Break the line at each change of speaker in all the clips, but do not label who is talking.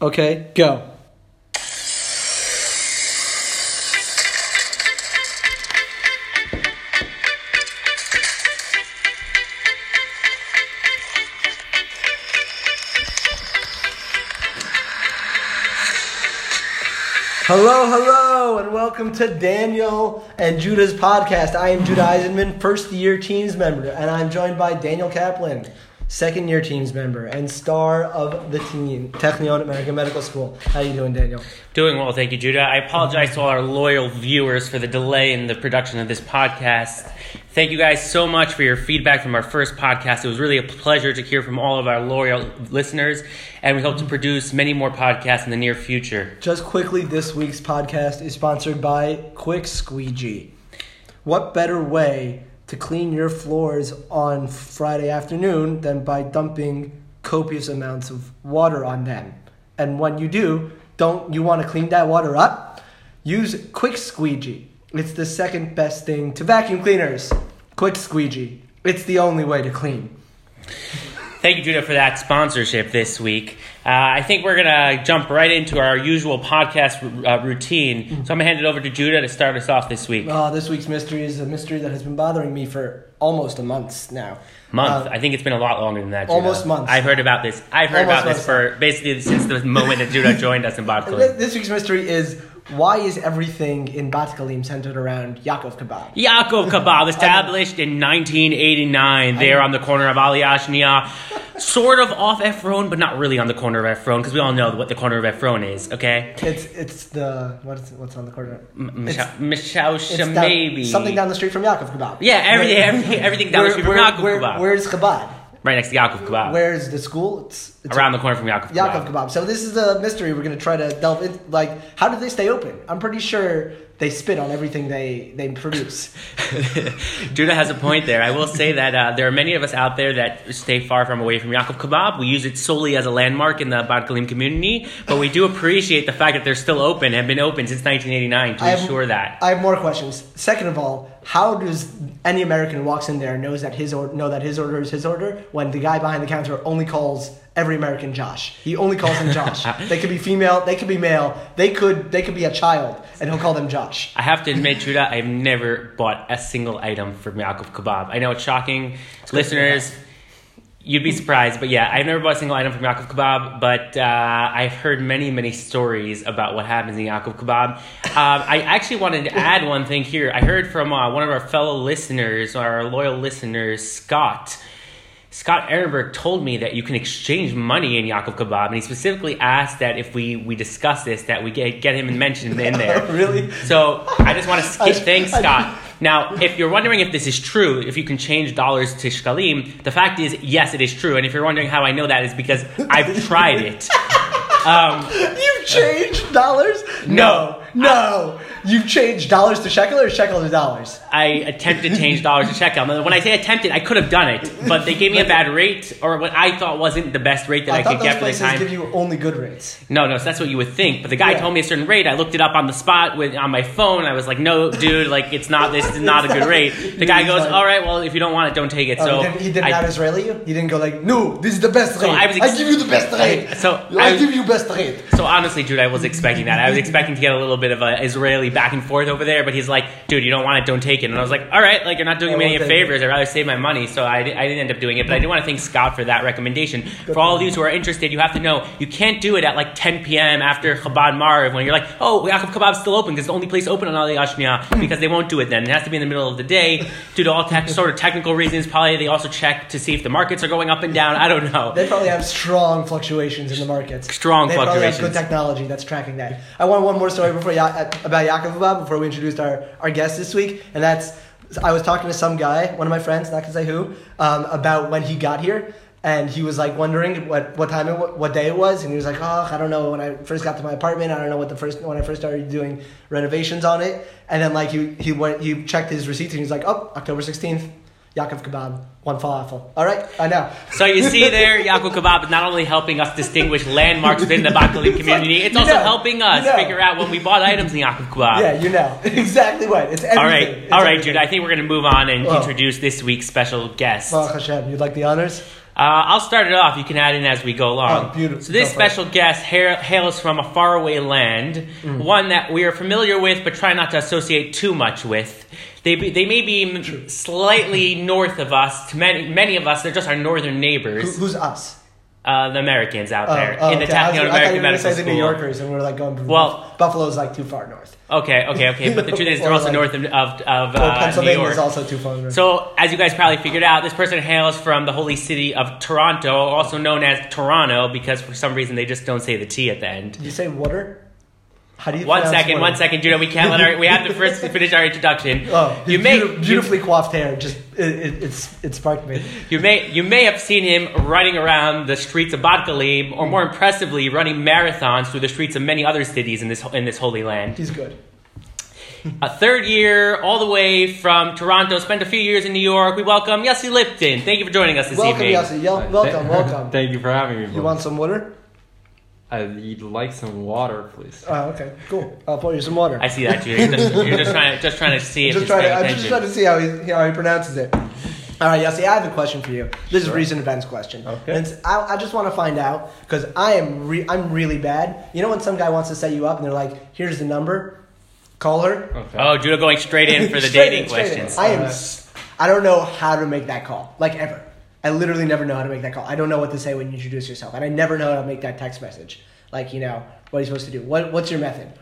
Okay, go. Hello, hello, and welcome to Daniel and Judah's podcast. I am Judah Eisenman, first year teams member, and I'm joined by Daniel Kaplan, second year teams member and star of the team, Technion American Medical School. How you doing, Daniel?
Doing well, thank you, Judah. I apologize to all our loyal viewers for the delay in the production of this podcast. Thank you guys so much for your feedback from our first podcast. It was really a pleasure to hear from all of our loyal listeners, and we hope to produce many more podcasts in the near future.
Just quickly, this week's podcast is sponsored by Quick Squeegee. What better way to clean your floors on Friday afternoon than by dumping copious amounts of water on them? And when you do, don't you want to clean that water up? Use Quick Squeegee. It's the second best thing to vacuum cleaners. Quick Squeegee. It's the only way to clean.
Thank you, Judah, for that sponsorship this week. Uh, I think we're going to jump right into our usual podcast r- uh, routine. So I'm going to hand it over to Judah to start us off this week.
Uh, this week's mystery is a mystery that has been bothering me for almost a month now.
Month.
Uh,
I think it's been a lot longer than that. Judah.
Almost month.
I've heard about this. I've heard
Almost
about this for basically since the moment that Judah joined us in
Th-
Barcelona.
This week's mystery is why is everything in Batakalim centered around Yaakov Kebab?
Yaakov Kebab, established in 1989, there on the corner of Ali Ashnia, sort of off Ephron, but not really on the corner of Ephron, because we all know what the corner of Ephron is, okay?
It's it's the what's what's on the corner? It's- it's
Mishausha,
down-
maybe.
something down the street from Yaakov Kebab.
Yeah, everything, everything, everything down the street from
Where-
Yaakov
where-
Kebab.
Where's Chabad?
right next to Yaakov Kebab.
Where's the school? It's, it's
around the corner from Yaakov
Yaakov
Kebab.
Kebab. So this is a mystery we're gonna try to delve in. Like, how did they stay open? I'm pretty sure they spit on everything they they produce.
Judah has a point there. I will say that uh, there are many of us out there that stay far from away from Yaakov Kebab. We use it solely as a landmark in the Bar Kalim community, but we do appreciate the fact that they're still open, have been open since 1989 to
I have-
ensure that.
I have more questions. Second of all, how does any American who walks in there knows that his or- know that his order is his order when the guy behind the counter only calls every American Josh? He only calls them Josh. they could be female, they could be male, they could they could be a child, and he'll call them Josh.
I have to admit, Judah, I've never bought a single item from Yaakov Kebab. I know it's shocking. Listeners, you'd be surprised, but yeah, I've never bought a single item from Yaakov Kebab, but uh, I've heard many, many stories about what happens in Yaakov Kebab. Um, I actually wanted to add one thing here. I heard from uh, one of our fellow listeners, our loyal listeners, Scott. Scott Ehrenberg told me that you can exchange money in Yaakov Kebab, and he specifically asked that if we, we discuss this, that we get, get him mentioned in there.
Really?
So I just want to
I-
skip. Thanks,
I-
Scott. Now, if you're wondering if this is true, if you can change dollars to shkalim, the fact is, yes, it is true. And if you're wondering how I know that, is because I've tried it. Um,
You've changed dollars?
No.
no. You've changed dollars to shekel or shekel to dollars?
I attempted to change dollars to shekel. Now, When I say attempted, I could have done it, but they gave me a bad rate, or what I thought wasn't the best rate that I,
I,
could
thought those
get for the
places
time.
give you only good rates.
No, no, so that's what you would think. But the guy
Yeah.
told me a certain rate. I looked it up on the spot with on my phone. I was like, no, dude, like it's not this is not a good rate. The guy
He's
goes,
like-
all right, well, if you don't want it, don't take it.
Oh,
So
he didn't, he didn't
I-
out Israeli you? He didn't go like, no, this is the best rate. I,
I was ex-
give you the best rate.
I- so
I,
I-
give you best rate.
So honestly, dude, I was expecting that. I was expecting to get a little bit of a Israeli back and forth over there, but he's like, dude, you don't want it, don't take it. And I was like, all right, like you're not doing
I
me any
won't take
favors. I'd rather save my money. So I, di- I didn't end up doing it, but I do want to thank Scott for that recommendation. for all of you who are interested, you have to know you can't do it at like 10 p.m. after Chabad Marv when you're like, oh, Yaakov Kebab's still open because it's the only place open on Ali Ashnia because they won't do it then. It has to be in the middle of the day due to all tech, sort of technical reasons. Probably they also check to see if the markets are going up and down. I don't know.
They probably have strong fluctuations in the markets.
Strong
they Probably have
fluctuations.
good technology that's tracking that. I want one more story before ya- about Yaakov Abab before we introduced our, our guest this week, and that's I was talking to some guy, one of my friends, not gonna say who, um, about when he got here. And he was like wondering what, what time it, wa- what day it was, and he was like, "Oh, I don't know. When I first got to my apartment, I don't know what the first when I first started doing renovations on it." And then like he he went he checked his receipts, and he was like, "Oh, October sixteenth, Yaakov Kebab, one falafel. All right, I know."
So you see there, Yaakov Kebab is not only helping us distinguish landmarks within the Bakalim community, it's
you
also
know,
helping us
you know.
figure out when we bought items in Yaakov Kebab.
Yeah, you know exactly right. It's everything.
Ah. all right,
It's
all right,
everything.
dude. I think we're gonna move on and
Well.
introduce this week's special guest.
Baruch Hashem, you'd like the honors?
Uh, I'll start it off. You can add in as we go along.
Oh, beautiful.
So this
Go for it.
special guest hail- hails from a faraway land,
Mm.
one that we are familiar with, but try not to associate too much with. They be, they may be m- slightly north of us. To many many of us, they're just our northern
Who,
neighbors,
who's us?
uh, the Americans out there in the
Oh, okay. I, was,
Technical
I thought you
American
were going to
Medical
say the
School.
New Yorkers, and we're like going.
Well- uh,
Buffalo's like too far north.
Okay, okay, okay. But the truth is, they're
Or
also
like-
north of of, of
Well,
uh, New
Pennsylvania
York.
is also too far north.
So, as you guys probably figured out, this person hails from the holy city of Toronto, also known as Toronto, because for some reason they just don't say the T at the end.
Did you say water? How do you?
One
pronounce
second,
water?
one second, Judah. We can't let our. We have to first finish our introduction.
Oh,
you
you
may
beautifully coiffed hair. Just it, it, it's it sparked me.
You may you may have seen him running around the streets of Badkalim, or
Hmm.
more impressively, running marathons through the streets of many other cities in this in this holy land.
He's good.
A third year, all the way from Toronto, spent a few years in New York. We welcome Yossi Lipton. Thank you for joining us this
Welcome,
evening.
Yossi. Yel- welcome, welcome.
Thank you for having me.
You want some water?
I'd like some water, please.
Oh, okay, cool. I'll pour you some water.
I see that Judah. You're just, you're just trying to just trying to see if
just
he's
trying
paying
to, I'm just
attention.
trying to see how he, how he pronounces it. All right, Yossi, I have a question for you. This is
Sure.
recent events question.
Okay.
And it's- I, I just want to find out because I am re- I'm really bad. You know when some guy wants to set you up and they're like, "Here's the number, call her."
Okay.
Oh, Judah going straight in for the
Straight
dating
in, straight in.
questions. Uh-huh.
I am. s- I don't know how to make that call, like ever. I literally never know how to make that call. I don't know what to say when you introduce yourself, and I never know how to make that text message. Like you know what are you supposed to do? What What's your method?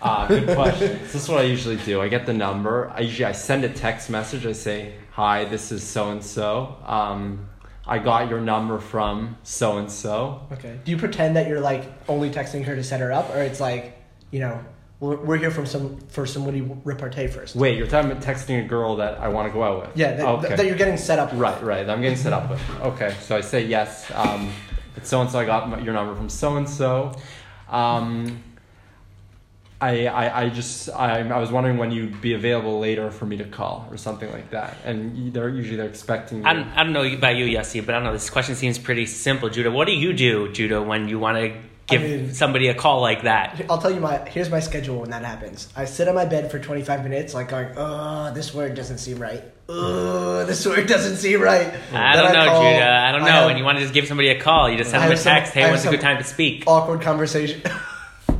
Ah, good question. this is what I usually do. I get the number. I usually I send a text message. I say, "Hi, this is so and so. Um, I got your number from so and so."
Okay. Do you pretend that you're like only texting her to set her up, or it's like you know we're, we're here from some for some witty repartee first?
Wait, you're talking about texting a girl that I want to go out with?
Yeah, that,
okay.
that you're getting set up.
Right, right. I'm getting set up with. Okay, so I say yes. Um, it's so and so. I got my, your number from so and so. Um, I, I, I just I, I was wondering when you'd be available later for me to call or something like that. And they're usually they're expecting.
I
You.
don't, I don't know about you, Yossi, but I don't know. This question seems pretty simple, Judah. What do you do, Judah, when you want to give
mean-
somebody a call like that?
I'll tell you my here's my schedule when that happens. I sit on my bed for 25 minutes, like going, "Oh, this word doesn't seem right. Oh, this word doesn't seem right."
I
Then
don't know,
call-
Judah. I don't know.
have
and you want to just give somebody a call, you just send
I
them a
have some-
text.
I
hey,
have
when's a
some-
good time to speak?
awkward conversation.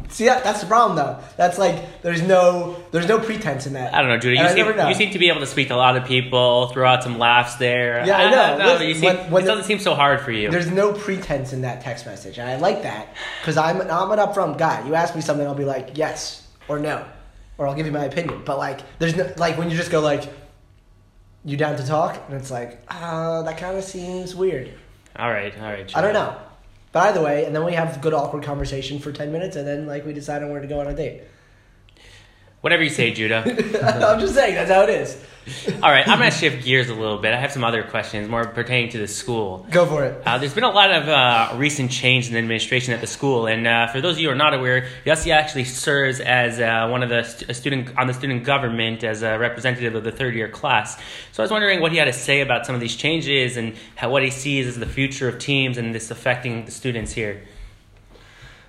See, that, that's the problem though. That's like there's no there's no pretense in that.
I don't know,
And
Judah. You
I never
seem,
know.
you seem to be able to speak to a lot of people, throw out some laughs there.
Yeah, I
don't
know. Listen,
you seem,
when- when
it
the-
doesn't seem so hard for you.
There's no pretense in that text message, and I like that because I'm I'm an upfront guy. You ask me something, I'll be like yes or no, or I'll give you my opinion. But like, there's no like when you just go like, you down to talk, and it's like, uh, that kind of seems weird.
All right, all right.
I don't
Judah.
know. But either way, and then we have good awkward conversation for ten minutes, and then like we decide on where to go on a date.
Whatever you say, Judah.
I'm just saying that's how it is.
all right, I'm going to shift gears a little bit. I have some other questions more pertaining to the school.
Go for it.
Uh, there's been a lot of uh, recent change in the administration at the school, and uh, for those of you who are not aware, Yossi actually serves as uh, one of the st- a student on the student government as a representative of the third year class. So I was wondering what he had to say about some of these changes and how, what he sees as the future of teams and this affecting the students here.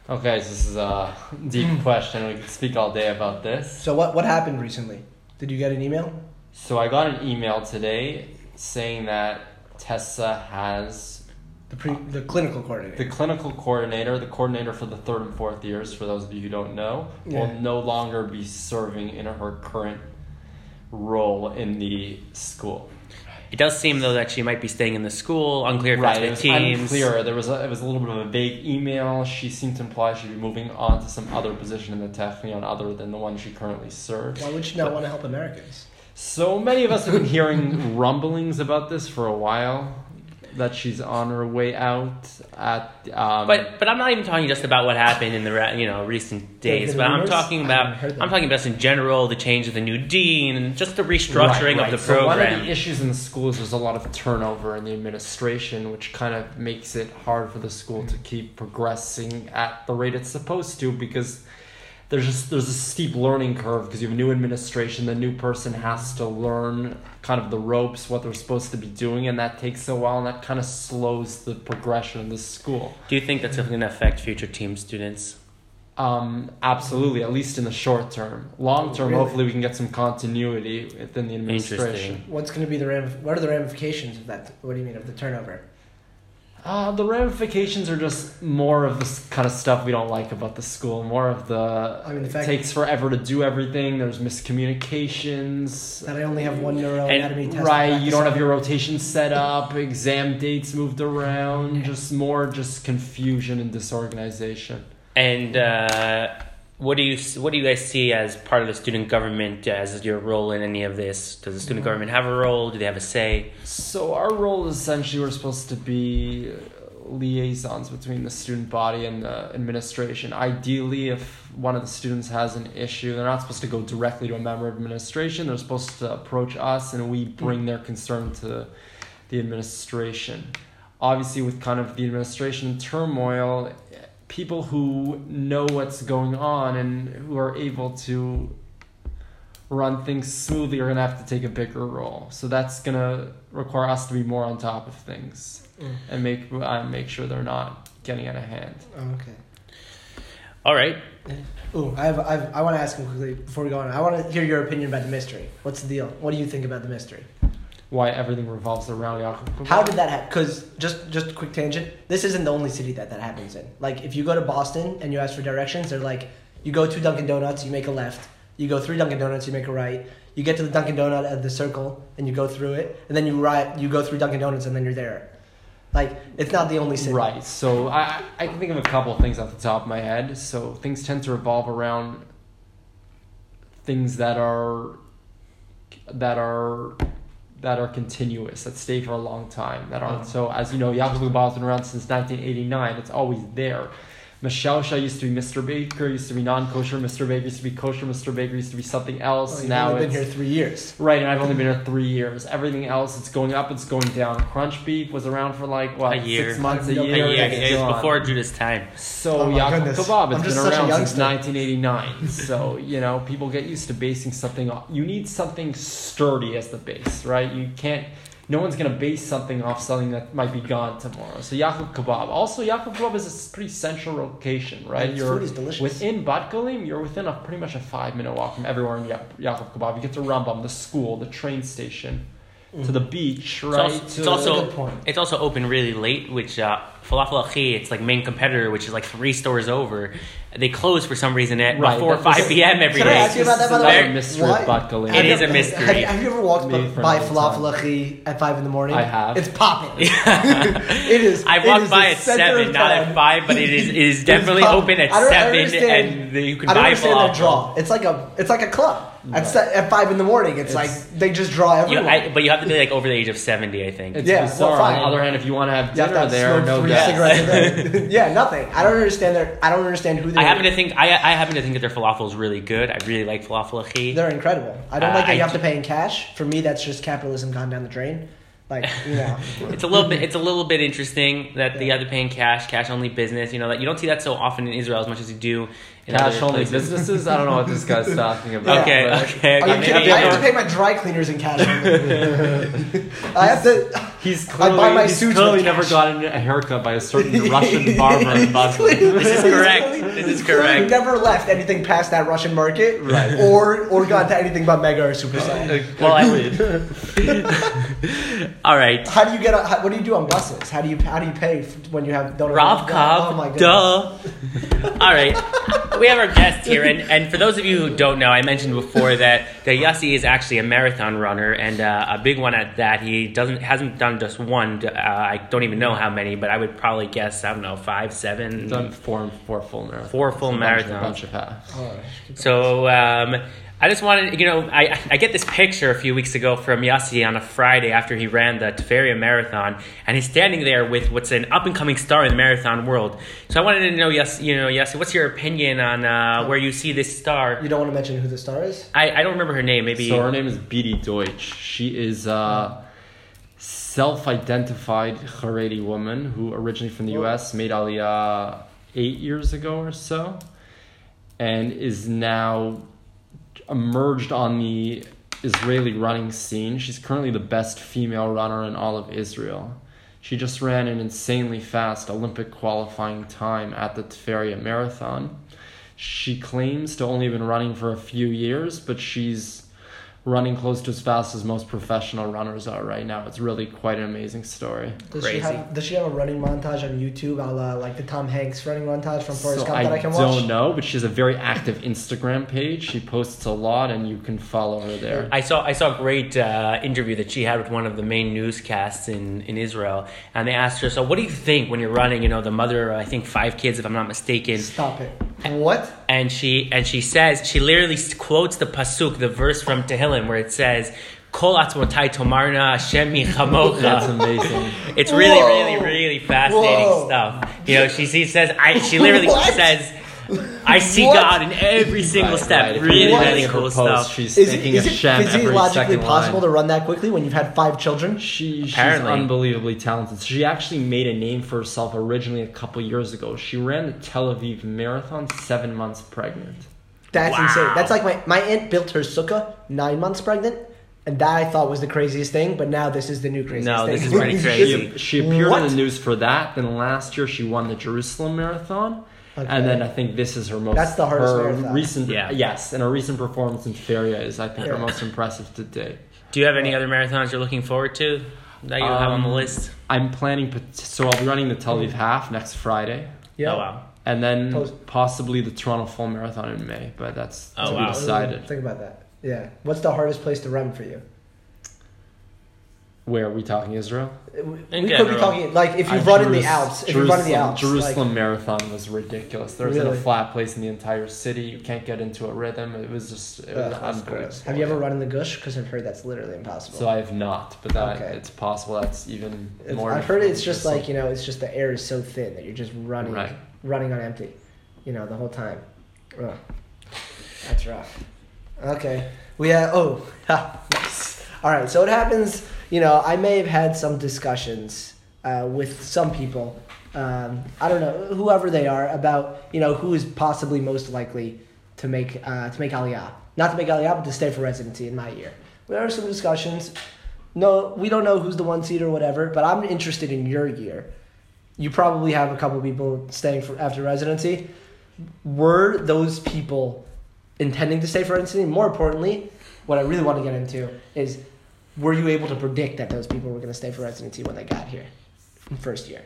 Okay, so this is a deep question. We could speak all day about this.
So what what happened recently? Did you get an email?
So I got an email today saying that Tessa has
The pre the clinical coordinator.
The clinical coordinator, the coordinator for the third and fourth years, for those of you who don't know,
Yeah.
will no longer be serving in her current role in the school.
It does seem though that she might be staying in the school, unclear if
Right, it
that's
was
the teams.
unclear. There was a, it was a little bit of a vague email. She seemed to imply she'd be moving on to some other position in the Technion other than the one she currently serves.
Why would she not want to help Americans?
So many of us have been hearing rumblings about this for a while, that she's on her way out at. Um,
But but I'm not even talking just about what happened in the ra- you know recent
There have
days.
been
But I'm
rumors?
talking
I
about
haven't heard them.
I'm talking about in general the change of the new dean and just the restructuring
Right, right.
of the
So one
program.
of the issues in the school is there's a lot of turnover in the administration, which kind of makes it hard for the school to keep progressing at the rate it's supposed to because there's just there's a steep learning curve because you have a new administration, the new person has to learn kind of the ropes, what they're supposed to be doing, and that takes a while, and that kind of slows the progression of the school.
Do you think that's going to affect future team students?
Um, absolutely, at least in the short term. Long term,
Really?
hopefully, we can get some continuity within the administration.
Interesting.
What's going to be the ram? What are the ramifications of that? What do you mean of the turnover?
Uh, the ramifications are just more of this kind of stuff we don't like about the school. More of the
I mean, the
it
fact-
takes forever to do everything. There's miscommunications.
That I only have one neuroanatomy test. to
right, you
practice
don't
on.
have your rotation set up. Exam dates moved around. Just more, just confusion and disorganization.
And uh, what do you what do you guys see as part of the student government as your role in any of this? Does the student government have a role? Do they have a say?
So our role is essentially we're supposed to be uh, liaisons between the student body and the administration. Ideally, if one of the students has an issue, they're not supposed to go directly to a member of administration. They're supposed to approach us, and we bring their concern to the administration. Obviously, with kind of the administration in turmoil, people who know what's going on and who are able to run things smoothly are going to have to take a bigger role. So that's going to require us to be more on top of things
Mm.
and make uh, make sure they're not getting out of hand.
Oh, okay.
All right.
Ooh, I have, I, have, I want to ask him quickly before we go on. I want to hear your opinion about the mystery. What's the deal? What do you think about the mystery?
Why everything revolves around Yaakov.
How did that happen? Because just just a quick tangent. This isn't the only city that that happens in. Like if you go to Boston and you ask for directions, they're like, you go to Dunkin' Donuts, you make a left. You go through Dunkin' Donuts, you make a right. You get to the Dunkin' Donut at the circle, and you go through it, and then you right, you go through Dunkin' Donuts, and then you're there. Like it's not the only city.
Right. So I I can think of a couple of things off the top of my head. So things tend to revolve around things that are that are that are continuous that stay for a long time that aren't
Mm-hmm.
so as you know Yaakov Lubav's been around since 1989 it's always there Michelle Shah used to be Mr. Baker used to be non-kosher Mr. Baker used to be kosher Mr. Baker used to be something
Oh,
else
you've
now
only been
it's
here three years.
right and I've only been here three years everything else it's going up it's going down Crunch Beef was around for like what
A year.
six months a
A year,
Yeah,
year,
yeah,
it's
it was
gone.
before Judas time.
So
Oh my
Yaakov
goodness.
kebab
I'm
has
just
been
such a
around since
youngster.
1989. so you know people get used to basing something. off. You need something sturdy as the base, right? You can't. No one's gonna base something off something that might be gone tomorrow. So Yaakov kebab. Also, Yaakov kebab is a s- pretty central location, right?
Its
You're
food is delicious.
within Bat Galim. You're within a pretty much a five minute walk from everywhere in Ya- Yaakov kebab. You get to Rambam, the school, the train station,
Mm.
to the beach, right?
also- it's
to-
also-
That's a good point.
It's also open really late, which uh, Falafel Al Khie, its like main competitor, which is like three stores over, they close for some reason at
Right,
before
that was-
five p.m. every
Can I ask
day.
you about that, by the
There-
way?
mystery
Why-
of Bat Galim.
Have
It
you-
is a mystery.
Have, have you ever walked
Me
by,
for a
by
long
Falafel
time.
Achi at five in the morning?
I have.
It's popping. it is.
I
it
walked
is
by
the
at
center
seven,
of
not at
town.
five, but it is it is definitely
pop-
open at
I don't- I
seven,
understand-
and the- you can
I don't
buy
understand
falafel.
that draw. It's like a it's like a club at se- at five in the morning. It's,
It's-
like they just draw
You,
everyone.
I, but you have to be like over the age of seventy, I think.
It's
Yeah, well,
bizarre.
fine.
On the other hand, if you want to have
you have
dinner
to have
there,
smoked
no
three
doubt.
cigarettes. a day. yeah, nothing. I don't understand their. I don't understand who they.
I
are.
happen to think I, I happen to think that their falafel is really good. I really like falafel achi.
They're incredible. I don't
Uh,
like that
I
you have
do-
to pay in cash. For me, that's just capitalism gone down the drain. Like you know,
It's a little bit. It's a little bit interesting that the other paying cash, cash only business. You know that you don't see that so often in Israel as much as you do in
Cash
other
only
places.
businesses? I don't know what this guy's talking about.
Okay,
but-
okay,
are you
okay.
kidding?
Maybe
me? I have to
everyone-
pay my dry cleaners in cash. I have to.
He's
I buy
clearly,
my
he's
suits
clearly
with
never
cash.
gotten a haircut by a certain Russian barber in Boston.
This
is correct. This is correct.
Never left anything past that Russian market, right? Or or gone to anything but Mega or Super Saiyan.
Well, I All right,
How do you get? A, how, what do you do on buses? How do you how do you pay f- when you have don't
Rob Cobb.
Oh my god!
duh. All right, we have our guest here, and, and for those of you who don't know, I mentioned before that that Yossi is actually a marathon runner and uh, a big one at that. He doesn't hasn't done just one. Uh, I don't even know how many, but I would probably guess I don't know five, seven,
Done four, four full marathons.
Four full
A bunch of-
marathons.
bunch of halves.
So um, I just wanted, you know, I, I get this picture a few weeks ago from Yossi on a Friday after he ran the Tveria Marathon, and he's standing there with what's an up and coming star in the marathon world. So I wanted to know, Yossi, you know, Yossi, what's your opinion on uh, where you see this star?
You don't want to mention who the star is.
I, I don't remember her name. Maybe
So her name is Bidi Deutsch. She is a self-identified Haredi woman who originally from the
Whoa.
U.S. made Aliyah eight years ago or so, and is now emerged on the Israeli running scene. She's currently the best female runner in all of Israel. She just ran an insanely fast Olympic qualifying time at the Tveria Marathon. She claims to only have been running for a few years, but she's running close to as fast as most professional runners are right now. It's really quite an amazing story.
Does
Crazy.
she have Does she have a running montage on YouTube, a la like the Tom Hanks running montage from Forrest
So
Gump that I can watch?
don't know, but she has a very active Instagram page. She posts a lot, and you can follow her there.
I saw I saw a great uh, interview that she had with one of the main newscasts in, in Israel, and they asked her, "So, what do you think when you're running? You know, the mother, of, I think five kids, if I'm not mistaken."
Stop it! What?
and she and she says she literally s- quotes the pasuk, the verse from Tehillim, where it says, "Kol atzmotai tomarna Hashem
That's
yichamocha."
amazing.
It's really,
Whoa.
really, really fascinating
Whoa.
stuff. You know, she, she says, I, she literally
What?
says, "I see
What?
God in every single
Right,
step."
right. If you
Really,
look at
really
her
cool
post,
stuff.
She's
Is, it-
thinking
is
of
it
Shem every
physiologically
second
possible
line.
to run that quickly when you've had five children?
She, she's
Apparently.
unbelievably talented. She actually made a name for herself originally a couple years ago. She ran the Tel Aviv Marathon seven months pregnant.
That's
Wow.
insane. That's like my my aunt built her sukkah nine months pregnant, and that I thought was the craziest thing. But now this is the new craziest
No,
thing.
this is pretty crazy.
She, she appeared in
What?
the news for that. Then last year she won the Jerusalem Marathon.
Okay.
And then I think this is her most.
That's the hardest
her
marathon.
Recent,
Yeah.
Yes, and her recent performance in Feria is, I think, her
Yeah.
most impressive to date.
Do you have any other marathons you're looking forward to that you have on the
Um,
list?
I'm planning, pot- so I'll be running the Tel Aviv Half next Friday,
yeah.
Oh wow.
and then
Post-
possibly the Toronto Full Marathon in May. But that's
Oh,
to
wow.
be decided.
Think about that. Yeah. What's the hardest place to run for you?
Where are we talking? Israel?
We
In
we could be
general.
talking like if you
I-
run in the
Jerus-
Alps. If you
Jerusalem,
run in the Alps, like-
Jerusalem Marathon was ridiculous. There wasn't
Really?
a flat place in the entire city. You can't get into a rhythm. It was just
Ugh,
it was
that's
unbelievable.
gross. uh, Have you ever run in the Gush? Because I've heard that's literally impossible.
So I have not, but that
Okay.
it's possible that's even
It's-
more.
I've heard it's
difficult.
just like you know, it's just the air is so thin that you're just running,
Right.
running on empty, you know, the whole time. Ugh. That's rough. Okay, we uh, oh, ha, nice. All right, so it happens. You know, I may have had some discussions uh, with some people. Um, I don't know whoever they are about you know who is possibly most likely to make uh, to make Aliyah, not to make Aliyah, but to stay for residency in my year. There are some discussions. No, we don't know who's the one seed or whatever, but I'm interested in your year. You probably have a couple people staying for after residency. Were those people intending to stay for residency? More importantly, what I really want to get into is were you able to predict that those people were going to stay for residency when they got here from first year?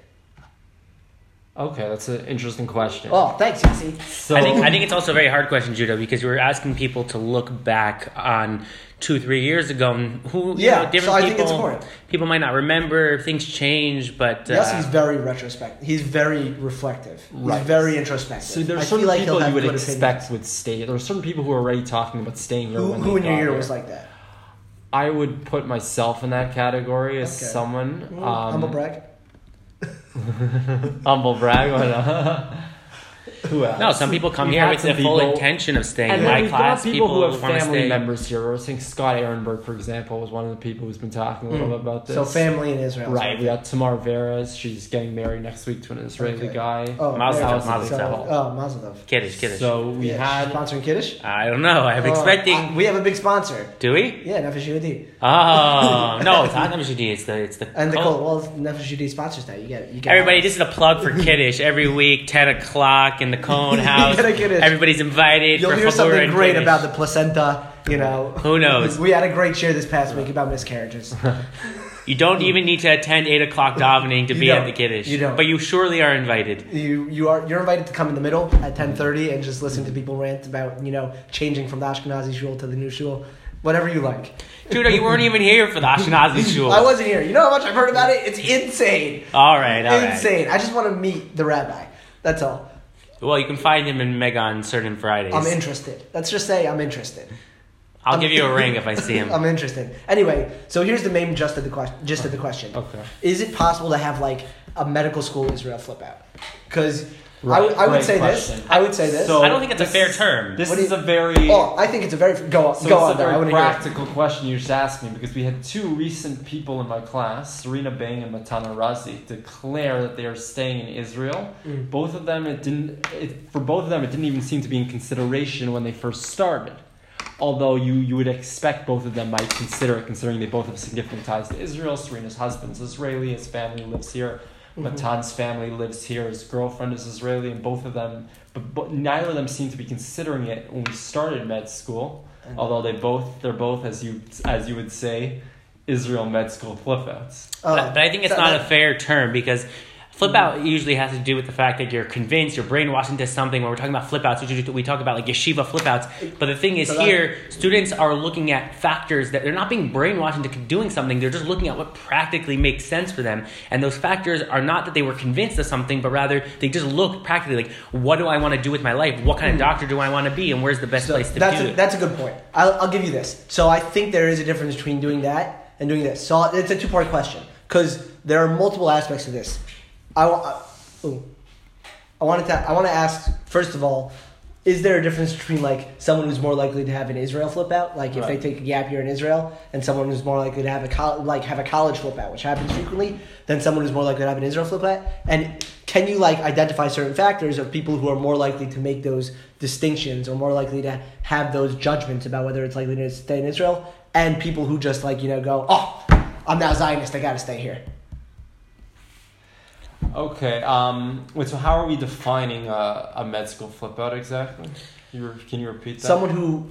okay, that's an interesting question.
Oh, thanks, Yossi.
so
I think I think it's also a very hard question, Judah, because you were asking people to look back on two, three years ago. and Who, you
Yeah,
know, different
so I think
people,
it's important.
People might not remember. Things change, but uh,
Yossi's very retrospective. He's very reflective.
Right.
He's very introspective.
so there's
I
certain
feel like he'll
people you
have
would
good
expect would stay. There are certain people who are already talking about staying here.
opinions.
when
Who, who
they
in your
got
year
here.
was like that?
I would put myself in that category as
Okay.
someone.
Mm,
um,
humble brag.
Humble brag. Why not? Who else?
no, some people come
We've
here
had
with the
some
full
people-
intention of staying.
And
My
then we've
class
got people, who have
wanna
family
stay.
members here. I think Scott Ehrenberg, for example, was one of the people who's been talking a little bit about this.
Mm. So family in Israel. is
Right, we
one
got Tamar Veras. She's getting married next week to an Israeli
Okay.
guy.
Oh,
Mazel
there.
tov,
So-
mazel
tov.
Oh, mazel tov.
Kiddish, kiddish.
So we
Yeah,
had.
sponsoring Kiddush.
I don't know. I'm
Oh,
expecting.
I- we have a big sponsor.
do we?
Yeah, Nefesh Yehudi.
Oh no, it's not Namshidi. It's the it's the
And the
oh.
Cold Walls Nefesh Yehudi sponsors that. You get it. You get
Everybody,
it.
this is a plug for Kiddish every week, ten o'clock in the Cone House.
gotta Kiddush.
Everybody's invited.
You'll
for
hear
Chabura
something
and
great
Kiddush.
about the placenta, you know.
Who knows?
We had a great share this past week about miscarriages.
You don't even need to attend eight o'clock davening to
You
be at
don't.
the kiddish.
You don't.
But you surely are invited.
you you are you're invited to come in the middle at 10:30 and just listen to people rant about, you know, changing from the Ashkenazi shul to the new shul, whatever you like.
Judah, you weren't even here for the Ashkenazi shul.
I wasn't here. You know how much I've heard about it? It's insane.
All right, all right.
insane. I just want to meet the rabbi. That's all.
Well, you can find him in Mega on certain Fridays.
I'm interested. Let's just say I'm interested.
I'll
I'm-
give you a ring if I see him.
I'm uh, interested. Anyway, so here's the main gist of the question. Gist of the question.
Okay.
Is it possible to have like a medical school Israel flip out? Because I
Right,
would- I would
great
say this.
question.
I would say this.
So-
I don't think it's a
This
fair
is-
term.
This
What do
is
you-
a very.
oh, I think it's a very go on.
So
go
it's
on
a
though. I
very
want to hear.
practical question you just asked me because we had two recent people in my class, Serena Bang and Matana Razi, declare that they are staying in Israel.
Mm.
Both of them, it didn't. It, for both of them, it didn't even seem to be in consideration when they first started. Although you, you would expect both of them might consider it, considering they both have significant ties to Israel. Serena's husband's Israeli, his family lives here.
Mm-hmm.
Matan's family lives here. His girlfriend is Israeli, and both of them, but, but neither of them seemed to be considering it when we started med school.
And-
Although they both, they're both, as you as you would say, Israel med school flipouts.
Oh,
but, but I think it's
that-
not
that-
a fair term because flip out usually has to do with the fact that you're convinced, you're brainwashed into something. When we're talking about flip outs, we we talk about like yeshiva flip outs. But the thing is,
But that-
here, students are looking at factors that they're not being brainwashed into doing something. They're just looking at what practically makes sense for them. And those factors are not that they were convinced of something, but rather they just look practically like, what do I want to do with my life? What kind of doctor do I want to be? And where's the best
Mm-hmm. So
place to
that's
do
a,
it?
That's a good point. I'll, I'll give you this. So I think there is a difference between doing that and doing this. So it's a two part question because there are multiple aspects of this. I, wa- I, ooh. I wanted to I want to ask first of all, is there a difference between like someone who's more likely to have an Israel flip out, like if they
Right.
take a gap year in Israel, and someone who's more likely to have a col- like have a college flip out, which happens frequently, than someone who's more likely to have an Israel flip out? And can you like identify certain factors of people who are more likely to make those distinctions or more likely to have those judgments about whether it's likely to stay in Israel, and people who just like you know go, oh, I'm now Zionist, I got to stay here.
Okay. Um. Wait. So how are we defining a, a med school flipout exactly? You re- can you repeat that?
someone who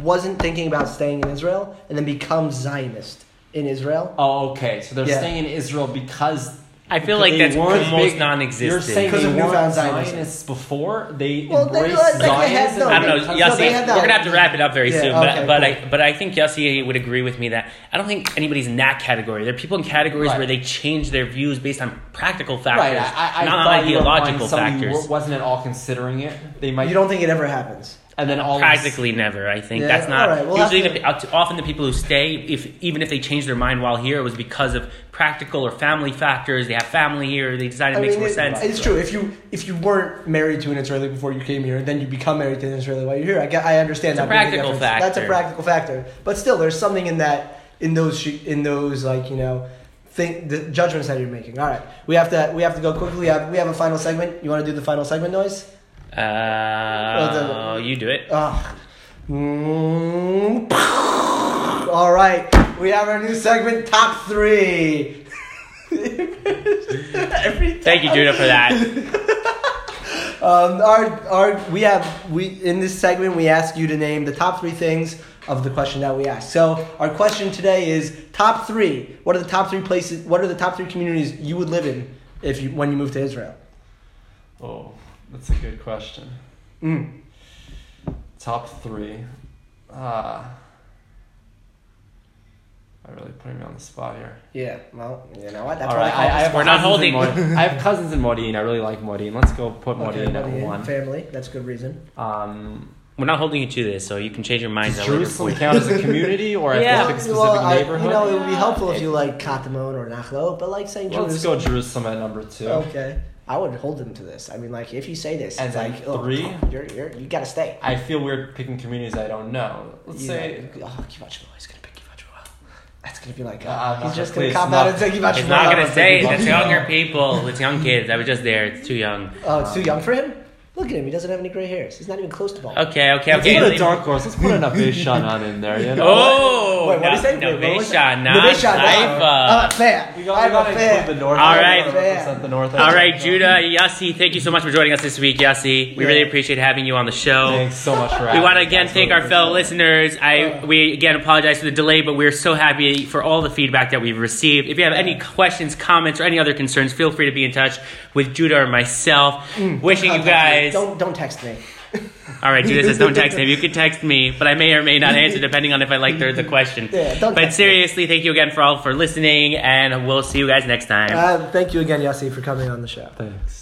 wasn't thinking about staying in Israel and then becomes Zionist in Israel.
Oh, okay. So they're
Yeah.
staying in Israel because
I feel
they
like that's
weren't
almost
big-
non-existent.
You're saying
Because
they
of
weren't
newfound
Zionists.
Zionism.
before they
Well, they-
embraced
like, they had-
Zionism.
no,
I don't know,
Yeah,
Yossi.
they had that-
we're gonna have to wrap it up very
Yeah,
soon, but
okay,
but
cool.
I but I think Yossi would agree with me that I don't think anybody's in that category. There are people in categories
Right.
where they change their views based on practical
Right,
factors,
I, I, I
not on
thought you were finding
ideological
someone who
factors.
wasn't at all considering it. They might,
You don't think it ever happens?
and then all of a
Practically never. I think
Yeah,
that's not
all right, we'll
usually.
have
The, out- often the people who stay, if even if they change their mind while here, it was because of practical or family factors. They have family here. They decided it makes more
it-
sense.
It's true. If you if you weren't married to an Israeli before you came here, then you become married to an Israeli while you're here. I, get- I understand
It's a
that. being
practical
difference.
factor.
That's a practical factor. But still, there's something in that in those sh- in those like you know. Think, the judgments that you're making. All right, we have to we have to go quickly. We have, we have a final segment. You want to do the final segment noise?
Uh, you do it.
Ugh. Ah. Mm. All right, we have our new segment, top three. Every
Thank you, Judah, for that.
um, our, our, we have we in this segment we ask you to name the top three things of the question that we asked. So our question today is top three. What are the top three places? What are the top three communities you would live in if you when you move to Israel?
Oh, that's a good question.
Mm.
Top three. Ah, I really putting me on the spot here.
Yeah. Well, you know what?
all right,
call
I, I
this
have
We're not
cousins in
holding-
Mod- I have cousins in Modine. I really like Modine. Let's go put
one.
Modine at
Modi'in,
one.
family. That's a good reason.
Um,
We're not holding you to this, so you can change your minds.
Does
at later
Jerusalem
point.
count as a community or
Yeah.
a specific, specific
I-
neighborhood?
you know, it would be helpful if you like Katamon or Nachlo, but like St.
Let's
Jerusalem.
go Jerusalem at number two.
Okay. I would hold them to this. I mean, like, if you say this,
And
it's
then
like, oh,
three?
you're, you're, you gotta stay.
I feel weird picking communities I don't know. Let's
You
say
know, oh, Kivachmo, he's gonna pick Kivachmo. That's gonna be like,
Uh,
uh,
I'm
he's
not-
just gonna
please,
cop
not-
out and say Kivachmo.
It's not gonna say it. It's
Fucking
younger
hell.
people. It's young kids. I was just there. It's too young.
Oh, it's too young for him? Look at him. He doesn't have any gray hairs. He's not even close to bald.
Okay, okay,
let's put a
okay.
dark horse. Let's put an Abishan on in there. You know.
Oh,
Wait, what
no-
did he say? Wait, what was that? Uh,
Novation, not
Novation,
Haifa.
I'm a fan.
We
I'm
got
a
to
fan.
include the north.
All
end,
right.
represent the north.
All
end.
right, Judah, Yassi, thank you so much for joining us this week, Yassi. We
Yeah.
really appreciate having you on the show.
Thanks so much for.
We
having
want to
me,
again
guys.
thank our
Really
fellow
appreciate
listeners. I
Uh,
we again apologize for the delay, but we're so happy for all the feedback that we've received. If you have any questions, comments, or any other concerns, feel free to be in touch with Judah or myself. Wishing you
Contact me.
guys.
Don't, don't text me.
All right, Judah says don't text him. You can text me, but I may or may not answer depending on if I like the, the question.
Yeah, don't
but
text me.
seriously, thank you again for all for listening, and we'll see you guys next time.
Um, Uh, thank you again, Yassi, for coming on the show.
it. Thanks.